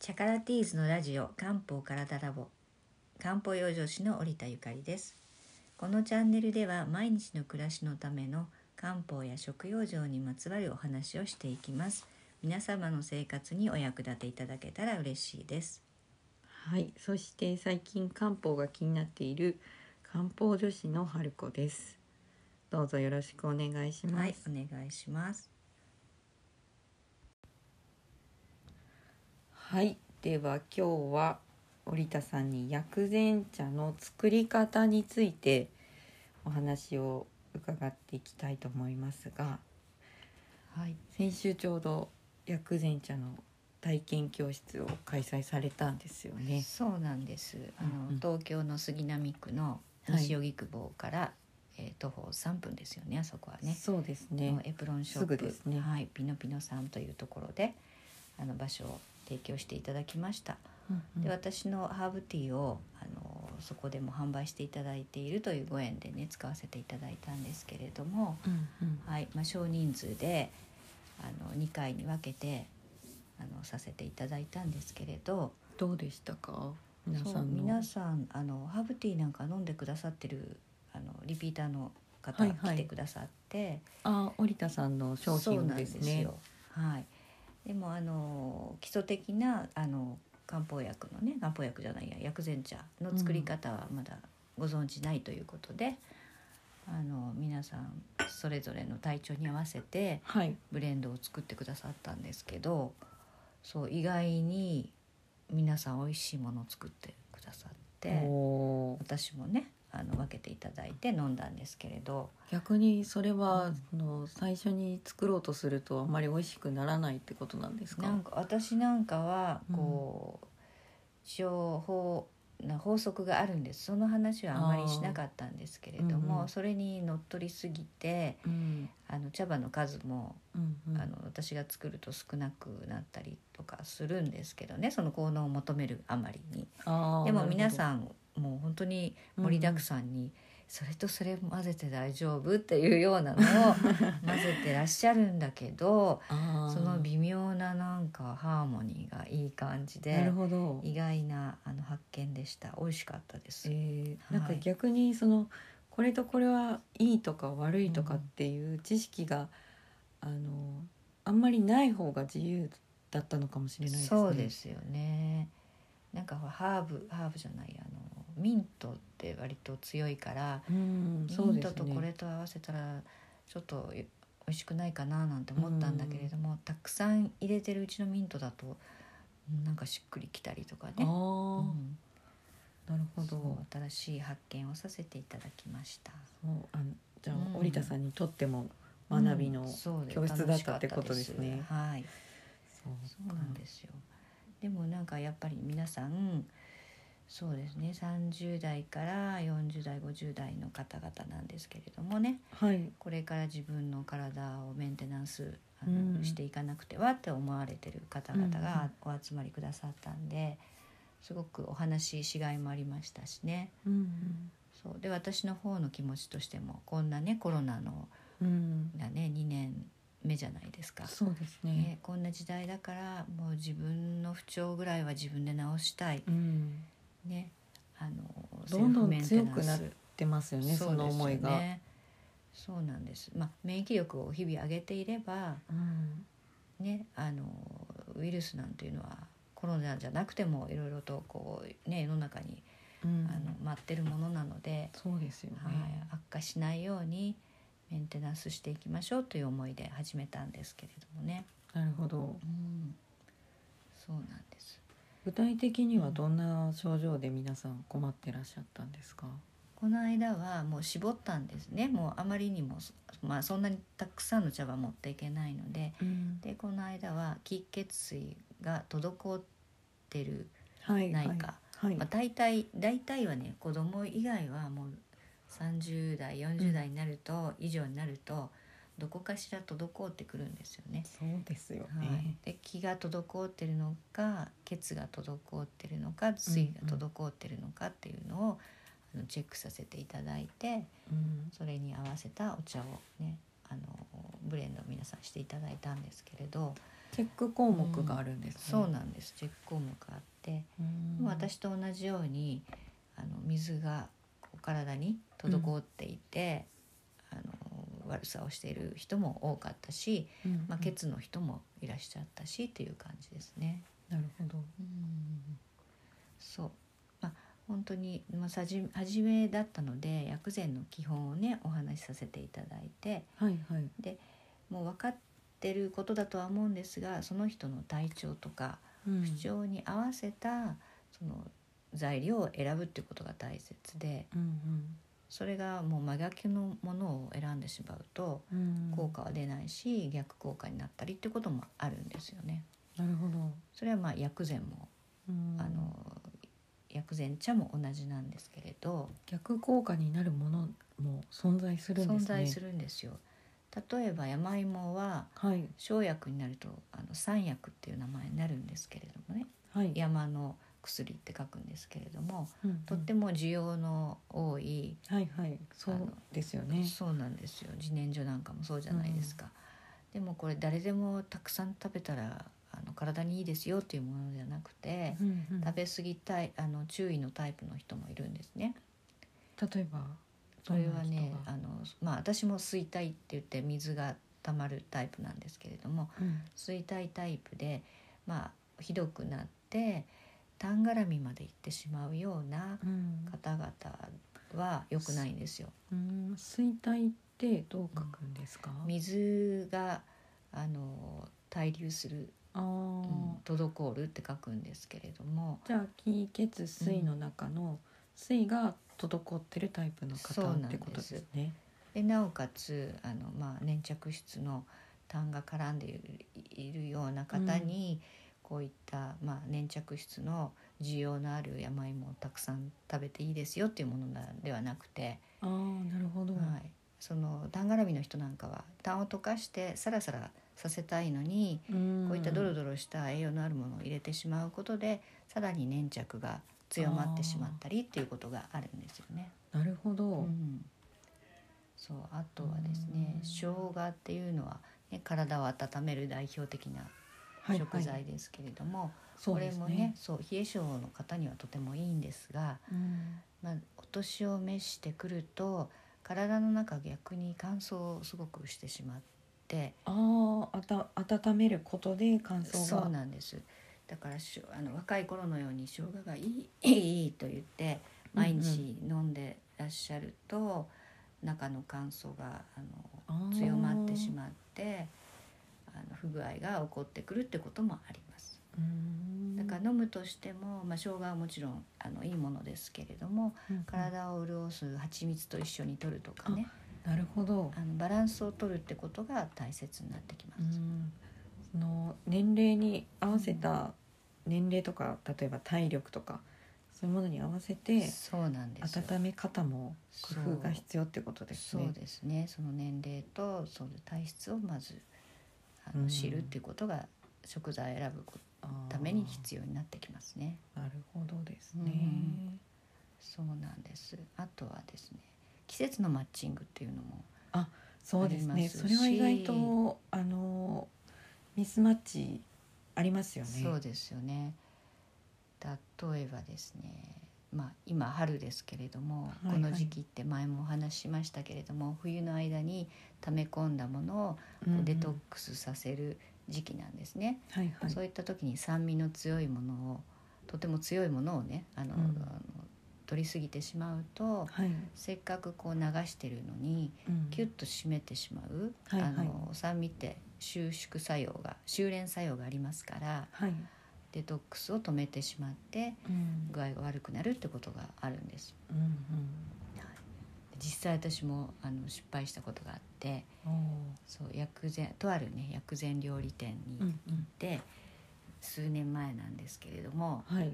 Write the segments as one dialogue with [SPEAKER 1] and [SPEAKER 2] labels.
[SPEAKER 1] シャカラティーズのラジオ漢方からだラボ漢方養生師の織田ゆかりですこのチャンネルでは毎日の暮らしのための漢方や食養生にまつわるお話をしていきます皆様の生活にお役立ていただけたら嬉しいです
[SPEAKER 2] はい、そして最近漢方が気になっている漢方女子の春子です。どうぞよろしくお願いします。
[SPEAKER 1] はいお願いします
[SPEAKER 2] はい、では今日は織田さんに薬膳茶の作り方についてお話を伺っていきたいと思いますが、はい、先週ちょうど薬膳茶の体験教室を開催されたんですよね。
[SPEAKER 1] そうなんです。あの、
[SPEAKER 2] うん
[SPEAKER 1] 東京の杉並区の
[SPEAKER 2] はい
[SPEAKER 1] 西荻窪から、えー徒歩3分ですよね。あそこはね。
[SPEAKER 2] そうです
[SPEAKER 1] あの
[SPEAKER 2] ね。
[SPEAKER 1] エプロンショッ
[SPEAKER 2] す
[SPEAKER 1] プ
[SPEAKER 2] ぐですね
[SPEAKER 1] はい、ピノピノさんというところであの場所を提供していただきました。
[SPEAKER 2] うんうん
[SPEAKER 1] で私のハーブティーをあのそこでも販売していただいているというご縁でね使わせていただいたんですけれども、
[SPEAKER 2] うんうん
[SPEAKER 1] はい、まあ、少人数であの2回に分けてあのさせていただいたんですけれど。
[SPEAKER 2] どうでしたか皆
[SPEAKER 1] そう
[SPEAKER 2] さんの
[SPEAKER 1] 皆さんあのハーブティーなんか飲んでくださってるあのリピーターの方
[SPEAKER 2] はい
[SPEAKER 1] が
[SPEAKER 2] はい
[SPEAKER 1] 来てくださって、
[SPEAKER 2] あ織田さんの商
[SPEAKER 1] そう
[SPEAKER 2] 品
[SPEAKER 1] なん
[SPEAKER 2] を
[SPEAKER 1] で
[SPEAKER 2] です
[SPEAKER 1] す
[SPEAKER 2] ね
[SPEAKER 1] よ。はい。でもあの基礎的なあの漢方薬のね漢方薬じゃないや薬膳茶の作り方はまだご存じないということで、あの皆さんそれぞれの体調に合わせて
[SPEAKER 2] はい
[SPEAKER 1] ブレンドを作ってくださったんですけどそう意外に皆さん美味しいものを作ってくださって
[SPEAKER 2] おー
[SPEAKER 1] 私もねあの分けていただいて飲んだんですけれど
[SPEAKER 2] 逆にそれ
[SPEAKER 1] う
[SPEAKER 2] は
[SPEAKER 1] ん、
[SPEAKER 2] その最初に作ろうとするとあんまり美味しくならないってことなんですか
[SPEAKER 1] なんか私なんかはこう情報な法則があるんですその話はあまりしなかったんですけれど
[SPEAKER 2] あーうんう
[SPEAKER 1] も
[SPEAKER 2] ん
[SPEAKER 1] それにのっとりすぎて
[SPEAKER 2] うん
[SPEAKER 1] あの茶葉の数も
[SPEAKER 2] うんうん
[SPEAKER 1] あの私が作ると少なくなったりとかするんですけどねその効能を求めるあまりに。
[SPEAKER 2] あー
[SPEAKER 1] でも
[SPEAKER 2] なるほど
[SPEAKER 1] 皆さんもう本当に盛りだくさんに、それとそれ混ぜて大丈夫っていうようなのを混ぜてらっしゃるんだけど
[SPEAKER 2] あー
[SPEAKER 1] その微妙ななんかハーモニーがいい感じ
[SPEAKER 2] な
[SPEAKER 1] で
[SPEAKER 2] るほど、
[SPEAKER 1] 意外なあの発見でした美味しかったです、
[SPEAKER 2] えー、なん
[SPEAKER 1] は
[SPEAKER 2] か
[SPEAKER 1] い
[SPEAKER 2] 逆にそのこれとこれはいいとか悪いとかっていう知識が、あのあんまりない方が自由だったのかもしれないですね
[SPEAKER 1] そうですよねなんかほらハーブハーブじゃないあのミントって割と強いから、
[SPEAKER 2] うんそう
[SPEAKER 1] ミン
[SPEAKER 2] です
[SPEAKER 1] ト
[SPEAKER 2] ね
[SPEAKER 1] とこれと合わせたらちょっと美味しくないかななんて思ったんだけれども、たくさん入れてるうちのミントだとなんかしっくりきたりとか
[SPEAKER 2] ああ
[SPEAKER 1] ね、うん
[SPEAKER 2] なるほど
[SPEAKER 1] そう新しい発見をさせていただきました
[SPEAKER 2] そうあのじゃあ、
[SPEAKER 1] うん
[SPEAKER 2] 織田さんにとっても学びの、
[SPEAKER 1] うんそうで
[SPEAKER 2] 教室だったってことです
[SPEAKER 1] 楽
[SPEAKER 2] ね
[SPEAKER 1] しかったですはい
[SPEAKER 2] そう
[SPEAKER 1] そうなんですよでもなんかやっぱり皆さんそうですね30代から40代50代の方々なんですけれどもね
[SPEAKER 2] はい
[SPEAKER 1] これから自分の体をメンテナンスあの、
[SPEAKER 2] うん
[SPEAKER 1] していかなくてはって思われてる方々がお集まりくださったんで、すごくお話ししがいもありましたしね
[SPEAKER 2] うん
[SPEAKER 1] そうで私の方の気持ちとしてもこんなねコロナの
[SPEAKER 2] うん、うん、
[SPEAKER 1] がね2年目じゃないですか、
[SPEAKER 2] そうですね
[SPEAKER 1] ね、こんな時代だからもう自分の不調ぐらいは自分で治したい
[SPEAKER 2] うん
[SPEAKER 1] ねあの
[SPEAKER 2] どんど
[SPEAKER 1] セルフ
[SPEAKER 2] ん
[SPEAKER 1] メ
[SPEAKER 2] 強
[SPEAKER 1] ンテナン
[SPEAKER 2] く
[SPEAKER 1] ス
[SPEAKER 2] なってますよね
[SPEAKER 1] そ
[SPEAKER 2] そ
[SPEAKER 1] うですよ
[SPEAKER 2] の思いが、
[SPEAKER 1] ねそうなんです、まあ、免疫力を日々上げていれば、
[SPEAKER 2] うん、
[SPEAKER 1] ね、あのウイルスなんていうのはコロナじゃなくてもいろいろとこう、ね、世の中に、
[SPEAKER 2] うん
[SPEAKER 1] あの待ってるものなので、
[SPEAKER 2] そうですよね、
[SPEAKER 1] はい、悪化しないようにメンテナンスしていきましょうという思いで始めたんですけれどもね。
[SPEAKER 2] なるほど
[SPEAKER 1] うん、そうなんです
[SPEAKER 2] 具体的にはどんな症状で皆さん困ってらっしゃったんですか、
[SPEAKER 1] この間はもう絞ったんですねもうあまりにもそ、まあ、そんなにたくさんの茶葉持っていけないので
[SPEAKER 2] うん、
[SPEAKER 1] でこの間は気血水が滞ってる
[SPEAKER 2] はい
[SPEAKER 1] ないか
[SPEAKER 2] はい、
[SPEAKER 1] まあ、大体大体はね子供以外はもう30代40代になると、以上になるとどこかしら滞ってくるんですよね。
[SPEAKER 2] そうですよ
[SPEAKER 1] はい
[SPEAKER 2] ね、
[SPEAKER 1] で気が滞ってるのか血が滞ってるのか水が滞ってるのかっていうのを、あのチェックさせていただいて
[SPEAKER 2] うん
[SPEAKER 1] それに合わせたお茶をねあのブレンドを皆さんしていただいたんですけれど
[SPEAKER 2] チェック項目があるんですね。
[SPEAKER 1] そうなんですチェック項目があって、
[SPEAKER 2] うん
[SPEAKER 1] 私と同じようにあの水がお体に滞っていて、あの悪さをしている人も多かったし、
[SPEAKER 2] うん
[SPEAKER 1] まあ、ケツの人もいらっしゃったしっていう感じですね。
[SPEAKER 2] なるほど。
[SPEAKER 1] そう、まあ、本当に、まあ、さじ初めだったので薬膳の基本をねお話しさせていただいて
[SPEAKER 2] はいはい。
[SPEAKER 1] もう分かってることだとは思うんですがその人の体調とか
[SPEAKER 2] うん
[SPEAKER 1] 不調に合わせたその材料を選ぶっていうことが大切で
[SPEAKER 2] うん
[SPEAKER 1] それがもう真逆のものを選んでしまうと
[SPEAKER 2] うんうん。
[SPEAKER 1] 効果は出ないし逆効果になったりってこともあるんですよね。
[SPEAKER 2] なるほど。
[SPEAKER 1] それはまあ薬膳も
[SPEAKER 2] うん
[SPEAKER 1] あの薬膳茶も同じなんですけれど
[SPEAKER 2] 逆効果になるものも存在するん
[SPEAKER 1] 存
[SPEAKER 2] ですね。
[SPEAKER 1] 在す
[SPEAKER 2] る。
[SPEAKER 1] るんですよ。例えば山芋は
[SPEAKER 2] はい
[SPEAKER 1] 生薬になるとあの山薬っていう名前になるんですけれどもね
[SPEAKER 2] はい。
[SPEAKER 1] 山の薬って書くんですけれども
[SPEAKER 2] うんうん
[SPEAKER 1] とっても需要の多い、
[SPEAKER 2] はいはい。そ
[SPEAKER 1] あ
[SPEAKER 2] う
[SPEAKER 1] の
[SPEAKER 2] ですよね。
[SPEAKER 1] そうなんですよ自然薯なんかもそうじゃないですか、でもこれ誰でもたくさん食べたらあの体にいいですよっていうものじゃなくて、
[SPEAKER 2] うんうん
[SPEAKER 1] 食べ過ぎたいあの注意のタイプの人もいるんですね。
[SPEAKER 2] 例えば
[SPEAKER 1] それはね
[SPEAKER 2] どんな人が
[SPEAKER 1] あの、まあ、私も水体って言って水が溜まるタイプなんですけれども
[SPEAKER 2] うん
[SPEAKER 1] 水体タイプで、まあ、ひどくなって痰絡みまで行ってしまうような
[SPEAKER 2] うん
[SPEAKER 1] 方々は良くないんですよ。
[SPEAKER 2] うん衰退ってどう書くんですか？
[SPEAKER 1] 水があの滞留する、
[SPEAKER 2] ああ、
[SPEAKER 1] うん、滞るって書くんですけれども
[SPEAKER 2] じゃあ気血水の中の水が滞ってるタイプの
[SPEAKER 1] そう
[SPEAKER 2] 方
[SPEAKER 1] なんです
[SPEAKER 2] ってことですね。
[SPEAKER 1] でなおかつあの、まあ、粘着質の痰が絡んでいるいるような方に、こういった、まあ、粘着質の需要のある山芋をたくさん食べていいですよっていうものなではなくて、
[SPEAKER 2] ああなるほど。
[SPEAKER 1] はい、その痰絡みの人なんかは痰を溶かしてサラサラさせたいのに、
[SPEAKER 2] ん
[SPEAKER 1] こういったドロドロした栄養のあるものを入れてしまうことでさらに粘着が強まってしまったりっていうことがあるんですよね。
[SPEAKER 2] なるほど。
[SPEAKER 1] うん、そうあとはですね
[SPEAKER 2] うん
[SPEAKER 1] 生姜っていうのは、ね、体を温める代表的な
[SPEAKER 2] はいはい
[SPEAKER 1] 食材ですけれども、
[SPEAKER 2] そうで
[SPEAKER 1] こ
[SPEAKER 2] す
[SPEAKER 1] れもね。そう冷え性の方にはとてもいいんですが、
[SPEAKER 2] うん
[SPEAKER 1] まあ、お年を召してくると体の中逆に乾燥をすごくしてしまって。
[SPEAKER 2] ああ、あた温めることで乾燥が。
[SPEAKER 1] そうなんですだからしょあの若い頃のように生姜がいいいいと言って毎日飲んでらっしゃると、中の乾燥があ
[SPEAKER 2] あ
[SPEAKER 1] の
[SPEAKER 2] ー
[SPEAKER 1] 強まってしまってあの不具合が起こってくるってこともあります。
[SPEAKER 2] うん
[SPEAKER 1] だから飲むとしても、まあ、生姜はもちろんあのいいものですけれども
[SPEAKER 2] うん
[SPEAKER 1] 体を潤す蜂蜜と一緒に摂るとかね
[SPEAKER 2] なるほど。
[SPEAKER 1] あのバランスを取るってことが大切になってきま
[SPEAKER 2] う
[SPEAKER 1] す。
[SPEAKER 2] んその年齢に合わせた年齢とか例えば体力とかそういうものに合わせて
[SPEAKER 1] そうなんですよ
[SPEAKER 2] 温め方も工夫が必要ってことです
[SPEAKER 1] そう
[SPEAKER 2] ね。
[SPEAKER 1] ですね。その年齢とその体質をまずあ
[SPEAKER 2] う
[SPEAKER 1] の
[SPEAKER 2] ん
[SPEAKER 1] 知るっていうことが食材を選ぶこ
[SPEAKER 2] あー
[SPEAKER 1] ために必要になってきますね。
[SPEAKER 2] なるほどです
[SPEAKER 1] う
[SPEAKER 2] ね。
[SPEAKER 1] んそうなんです。あとはですね、季節のマッチングっていうのも、
[SPEAKER 2] そうです
[SPEAKER 1] あり
[SPEAKER 2] ね。
[SPEAKER 1] ますし
[SPEAKER 2] それは意外とあのミスマッチありますよね。
[SPEAKER 1] そうですよね。例えばですね、まあ今春ですけれども、
[SPEAKER 2] いはい
[SPEAKER 1] この時期って前もお話ししましたけれども、冬の間に溜め込んだものを
[SPEAKER 2] うんうん
[SPEAKER 1] デトックスさせる時期なんですね。
[SPEAKER 2] はいはい。
[SPEAKER 1] そういった時に酸味の強いものをとても強いものをねあの、
[SPEAKER 2] うん
[SPEAKER 1] あの取りすぎてしまうと
[SPEAKER 2] はい。
[SPEAKER 1] せっかくこう流してるのにキュッと締めてしまう、
[SPEAKER 2] はいはい
[SPEAKER 1] あの酸味って収縮作用が収斂作用がありますから
[SPEAKER 2] はい。
[SPEAKER 1] デトックスを止めてしまって
[SPEAKER 2] うん
[SPEAKER 1] 具合が悪くなるってことがあるんです。
[SPEAKER 2] うん
[SPEAKER 1] 実際私もあの失敗したことがあって
[SPEAKER 2] うん。お
[SPEAKER 1] そう薬膳とあるね薬膳料理店に行
[SPEAKER 2] ーう
[SPEAKER 1] っ
[SPEAKER 2] んうん
[SPEAKER 1] て、数年前なんですけれども、
[SPEAKER 2] はい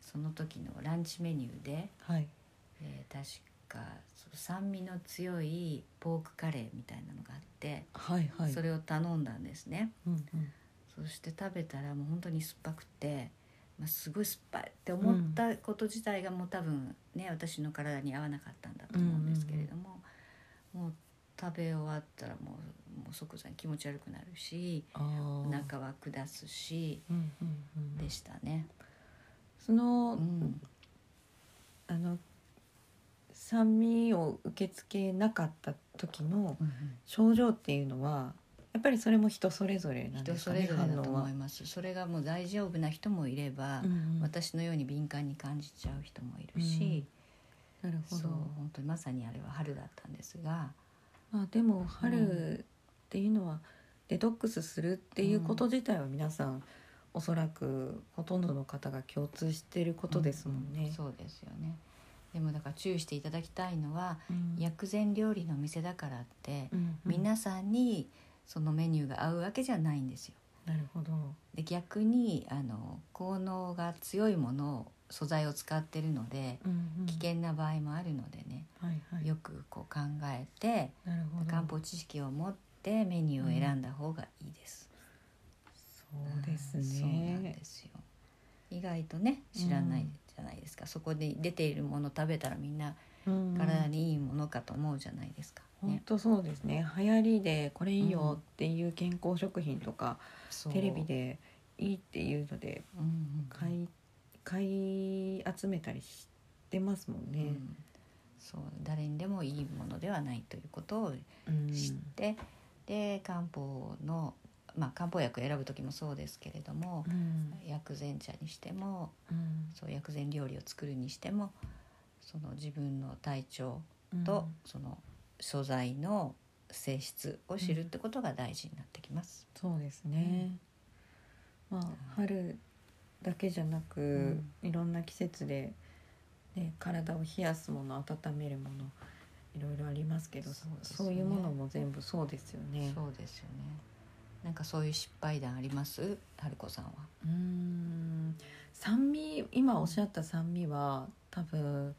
[SPEAKER 1] その時のランチメニューで、
[SPEAKER 2] はい。
[SPEAKER 1] えー確かそう酸味の強いポークカレーみたいなのがあって、
[SPEAKER 2] はいはい。
[SPEAKER 1] それを頼んだんですね
[SPEAKER 2] うんうん
[SPEAKER 1] そして食べたらもう本当に酸っぱくて、まあ、すごい酸っぱいって思ったこと自体がもう多分ね私の体に合わなかったんだと思うんですけれども、もう食べ終わったらもうもう即座に気持ち悪くなるし
[SPEAKER 2] あー
[SPEAKER 1] お腹は下すし
[SPEAKER 2] うんうんうん
[SPEAKER 1] でしたね。
[SPEAKER 2] その、
[SPEAKER 1] うん、
[SPEAKER 2] あの酸味を受け付けなかった時の症状っていうのはやっぱりそれも人それぞれなんで
[SPEAKER 1] 人
[SPEAKER 2] すか
[SPEAKER 1] そ
[SPEAKER 2] ね
[SPEAKER 1] れぞれだと
[SPEAKER 2] 反応は
[SPEAKER 1] 思います。それがもう大丈夫な人もいれば、
[SPEAKER 2] うんうん
[SPEAKER 1] 私のように敏感に感じちゃう人もいるし、
[SPEAKER 2] なるほ
[SPEAKER 1] そう
[SPEAKER 2] ど、
[SPEAKER 1] 本当にまさにあれは春だったんですが、
[SPEAKER 2] まあ、でも
[SPEAKER 1] うん
[SPEAKER 2] 春っていうのはデトックスするっていうこと自体は皆さんおそらくほとんどの方が共通していることですもん
[SPEAKER 1] う
[SPEAKER 2] ね。
[SPEAKER 1] そうですよね。でもだから注意していただきたいのは、
[SPEAKER 2] うん
[SPEAKER 1] 薬膳料理の店だからって、
[SPEAKER 2] うんうん
[SPEAKER 1] 皆さんにそのメニューが合うわけじゃないんですよ。
[SPEAKER 2] なるほど、
[SPEAKER 1] で逆にあの効能が強いものを素材を使ってるので危険な場合もあるのでね、
[SPEAKER 2] はいはい、
[SPEAKER 1] よくこう考えて
[SPEAKER 2] なるほど
[SPEAKER 1] 漢方知識を持ってメニューを選んだ方がいいです。
[SPEAKER 2] そうです
[SPEAKER 1] そうなん
[SPEAKER 2] ね。
[SPEAKER 1] ですよ。意外とね知らないじゃないですか、そこで出ているもの食べたらみんな
[SPEAKER 2] うん
[SPEAKER 1] 体にいいものかと思うじゃないですか、
[SPEAKER 2] 本
[SPEAKER 1] ね
[SPEAKER 2] 当そうですね流行りでこれいいよっていう健康食品とか、
[SPEAKER 1] そう
[SPEAKER 2] テレビ、でいいっていうので
[SPEAKER 1] うんうん
[SPEAKER 2] 買い買い集めたりしてますもん
[SPEAKER 1] う
[SPEAKER 2] ね。
[SPEAKER 1] んそう誰にでもいいものではないということを
[SPEAKER 2] うん
[SPEAKER 1] 知って、で漢方の、まあ、漢方薬を選ぶ時もそうですけれども
[SPEAKER 2] う、ん
[SPEAKER 1] 薬膳茶にしても
[SPEAKER 2] うん
[SPEAKER 1] そう薬膳料理を作るにしてもその自分の体調
[SPEAKER 2] うん
[SPEAKER 1] と、その素材の性質を知るってことが大事になってきます。
[SPEAKER 2] そうですね。まあ春だけじゃなく、
[SPEAKER 1] ん
[SPEAKER 2] いろんな季節で、ね、体を冷やすもの温めるものいろいろありますけどそ,、
[SPEAKER 1] そううですね
[SPEAKER 2] いうものも全部そうですよね。
[SPEAKER 1] そうですよねなんかそういう失敗談あります春子さんは。
[SPEAKER 2] うーん酸味今おっしゃった酸味は多分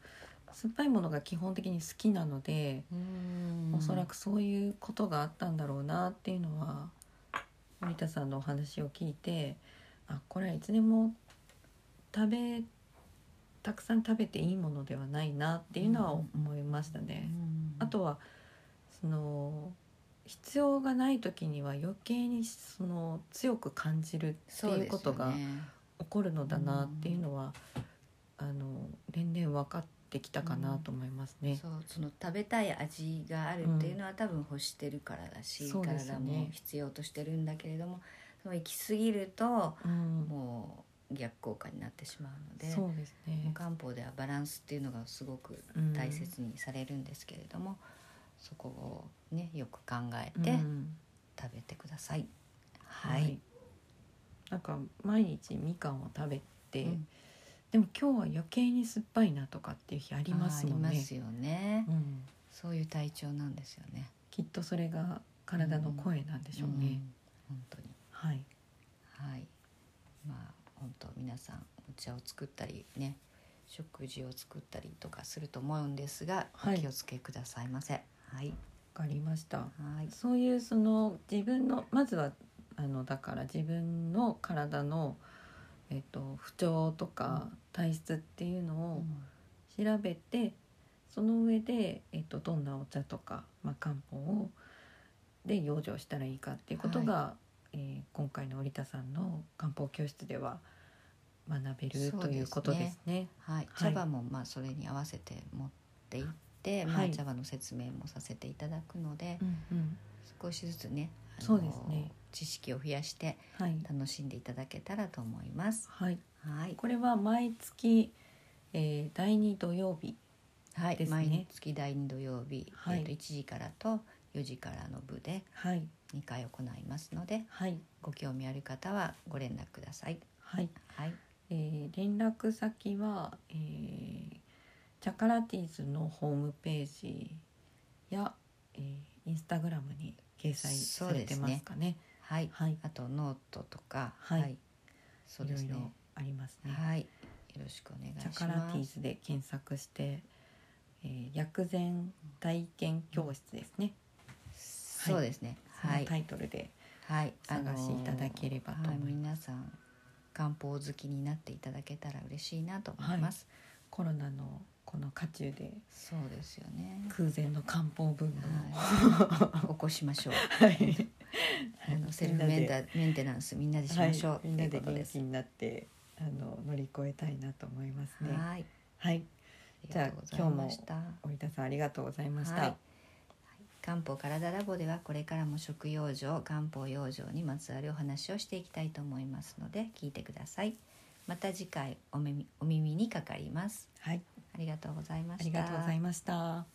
[SPEAKER 2] 酸っぱいものが基本的に好きなので、おそらくそういうことがあったんだろうなっていうのは森田さんのお話を聞いてあこれはいつでも食べたくさん食べていいものではないなっていうのは思いましたね。
[SPEAKER 1] うん
[SPEAKER 2] あとはその必要がない時には余計にその強く感じるって
[SPEAKER 1] そうで
[SPEAKER 2] いう
[SPEAKER 1] すよ
[SPEAKER 2] ことが
[SPEAKER 1] ね
[SPEAKER 2] 起こるのだなっていうのは、あの年々分かってきたかなと思いますね。
[SPEAKER 1] そうその食べたい味があるっていうのは、多分欲してるからだし、
[SPEAKER 2] そうですね
[SPEAKER 1] 体も必要としてるんだけれどもその行き過ぎると
[SPEAKER 2] うん
[SPEAKER 1] もう逆効果になってしまうので
[SPEAKER 2] そうです
[SPEAKER 1] もう
[SPEAKER 2] ね。
[SPEAKER 1] 漢方ではバランスっていうのがすごく
[SPEAKER 2] うん
[SPEAKER 1] 大切にされるんですけれども、そこをねよく考えて
[SPEAKER 2] うん
[SPEAKER 1] 食べてください。は、
[SPEAKER 2] はいい。なんか毎日みかんを食べて、
[SPEAKER 1] うん
[SPEAKER 2] でも今日は余計に酸っぱいなとかっていう日ありますもん
[SPEAKER 1] あーあり
[SPEAKER 2] ね
[SPEAKER 1] ま。すよね、
[SPEAKER 2] うん、
[SPEAKER 1] そういう体調なんですよね。
[SPEAKER 2] きっとそれが体の声なんでしょうね。
[SPEAKER 1] うん本当に
[SPEAKER 2] はい。
[SPEAKER 1] はい。まあ本当皆さんお茶を作ったりね、食事を作ったりとかすると思うんですが、
[SPEAKER 2] はい
[SPEAKER 1] お気をつけくださいませ。はい。
[SPEAKER 2] わかりました。
[SPEAKER 1] はい。
[SPEAKER 2] そういうその自分のまずはあのだから自分の体の、えっと、不調とか体質っていうのを調べて、その上で、えっと、どんなお茶とか、まあ、漢方をで養生したらいいかっていうことが、えー今回の織田さんの漢方教室では学べる、
[SPEAKER 1] そうですね
[SPEAKER 2] ということですね。
[SPEAKER 1] はい。茶葉もまあそれに合わせて持っていって、ま
[SPEAKER 2] は
[SPEAKER 1] あ
[SPEAKER 2] い
[SPEAKER 1] 茶葉の説明もさせていただくので、
[SPEAKER 2] うんうん
[SPEAKER 1] 少しずつね、あの
[SPEAKER 2] そうですね。
[SPEAKER 1] 知識を増やして
[SPEAKER 2] はい
[SPEAKER 1] 楽しんでいただけたらと思います。
[SPEAKER 2] はい、
[SPEAKER 1] はい。
[SPEAKER 2] これは毎月、えー第2土曜日
[SPEAKER 1] はい。
[SPEAKER 2] ですね
[SPEAKER 1] 毎月第二土曜日、
[SPEAKER 2] はい
[SPEAKER 1] えっと1時からと4時からの部で
[SPEAKER 2] はい
[SPEAKER 1] 2回行いますので。
[SPEAKER 2] はい
[SPEAKER 1] ご興味ある方はご連絡ください。
[SPEAKER 2] はい、
[SPEAKER 1] はい。
[SPEAKER 2] えー連絡先は、えーチャカラティーズのホームページや、えーインスタグラムに掲載されてますかね。
[SPEAKER 1] はい。
[SPEAKER 2] はい、
[SPEAKER 1] あとノートとか、
[SPEAKER 2] はい
[SPEAKER 1] そう
[SPEAKER 2] い
[SPEAKER 1] で
[SPEAKER 2] ろ
[SPEAKER 1] す
[SPEAKER 2] い
[SPEAKER 1] ね。
[SPEAKER 2] ろありますね。
[SPEAKER 1] はい。よろしくお願いし
[SPEAKER 2] チ
[SPEAKER 1] ま
[SPEAKER 2] ャ
[SPEAKER 1] す。
[SPEAKER 2] カラティーズで検索して、えー薬膳体験教室ですね。
[SPEAKER 1] そうですね。
[SPEAKER 2] そ
[SPEAKER 1] は
[SPEAKER 2] の
[SPEAKER 1] い。
[SPEAKER 2] タイトルで、
[SPEAKER 1] はい。
[SPEAKER 2] お探しいただければと思います
[SPEAKER 1] は皆さん漢方好きになっていただけたら嬉しいなと思います。
[SPEAKER 2] コロナのこの渦中で
[SPEAKER 1] そうですよ ね。
[SPEAKER 2] 空前の漢方ブームを
[SPEAKER 1] はい、起こしましょう。
[SPEAKER 2] はい
[SPEAKER 1] あのセルフメンタメンテナンスみんなでしましょう、
[SPEAKER 2] はい、みんなで
[SPEAKER 1] ということ
[SPEAKER 2] 元
[SPEAKER 1] で
[SPEAKER 2] 気
[SPEAKER 1] す。
[SPEAKER 2] になってあの乗り越えたいなと思いますね。
[SPEAKER 1] はい、
[SPEAKER 2] はい、
[SPEAKER 1] ありがとうございました。
[SPEAKER 2] 織田さんありがとうございました。
[SPEAKER 1] はい漢方体ラボではこれからも食養生漢方養生にまつわるお話をしていきたいと思いますので聞いてくださいまた次回お耳お耳にかかります
[SPEAKER 2] はい、
[SPEAKER 1] ありがとうございま
[SPEAKER 2] あ
[SPEAKER 1] し
[SPEAKER 2] り
[SPEAKER 1] た
[SPEAKER 2] がとうございました。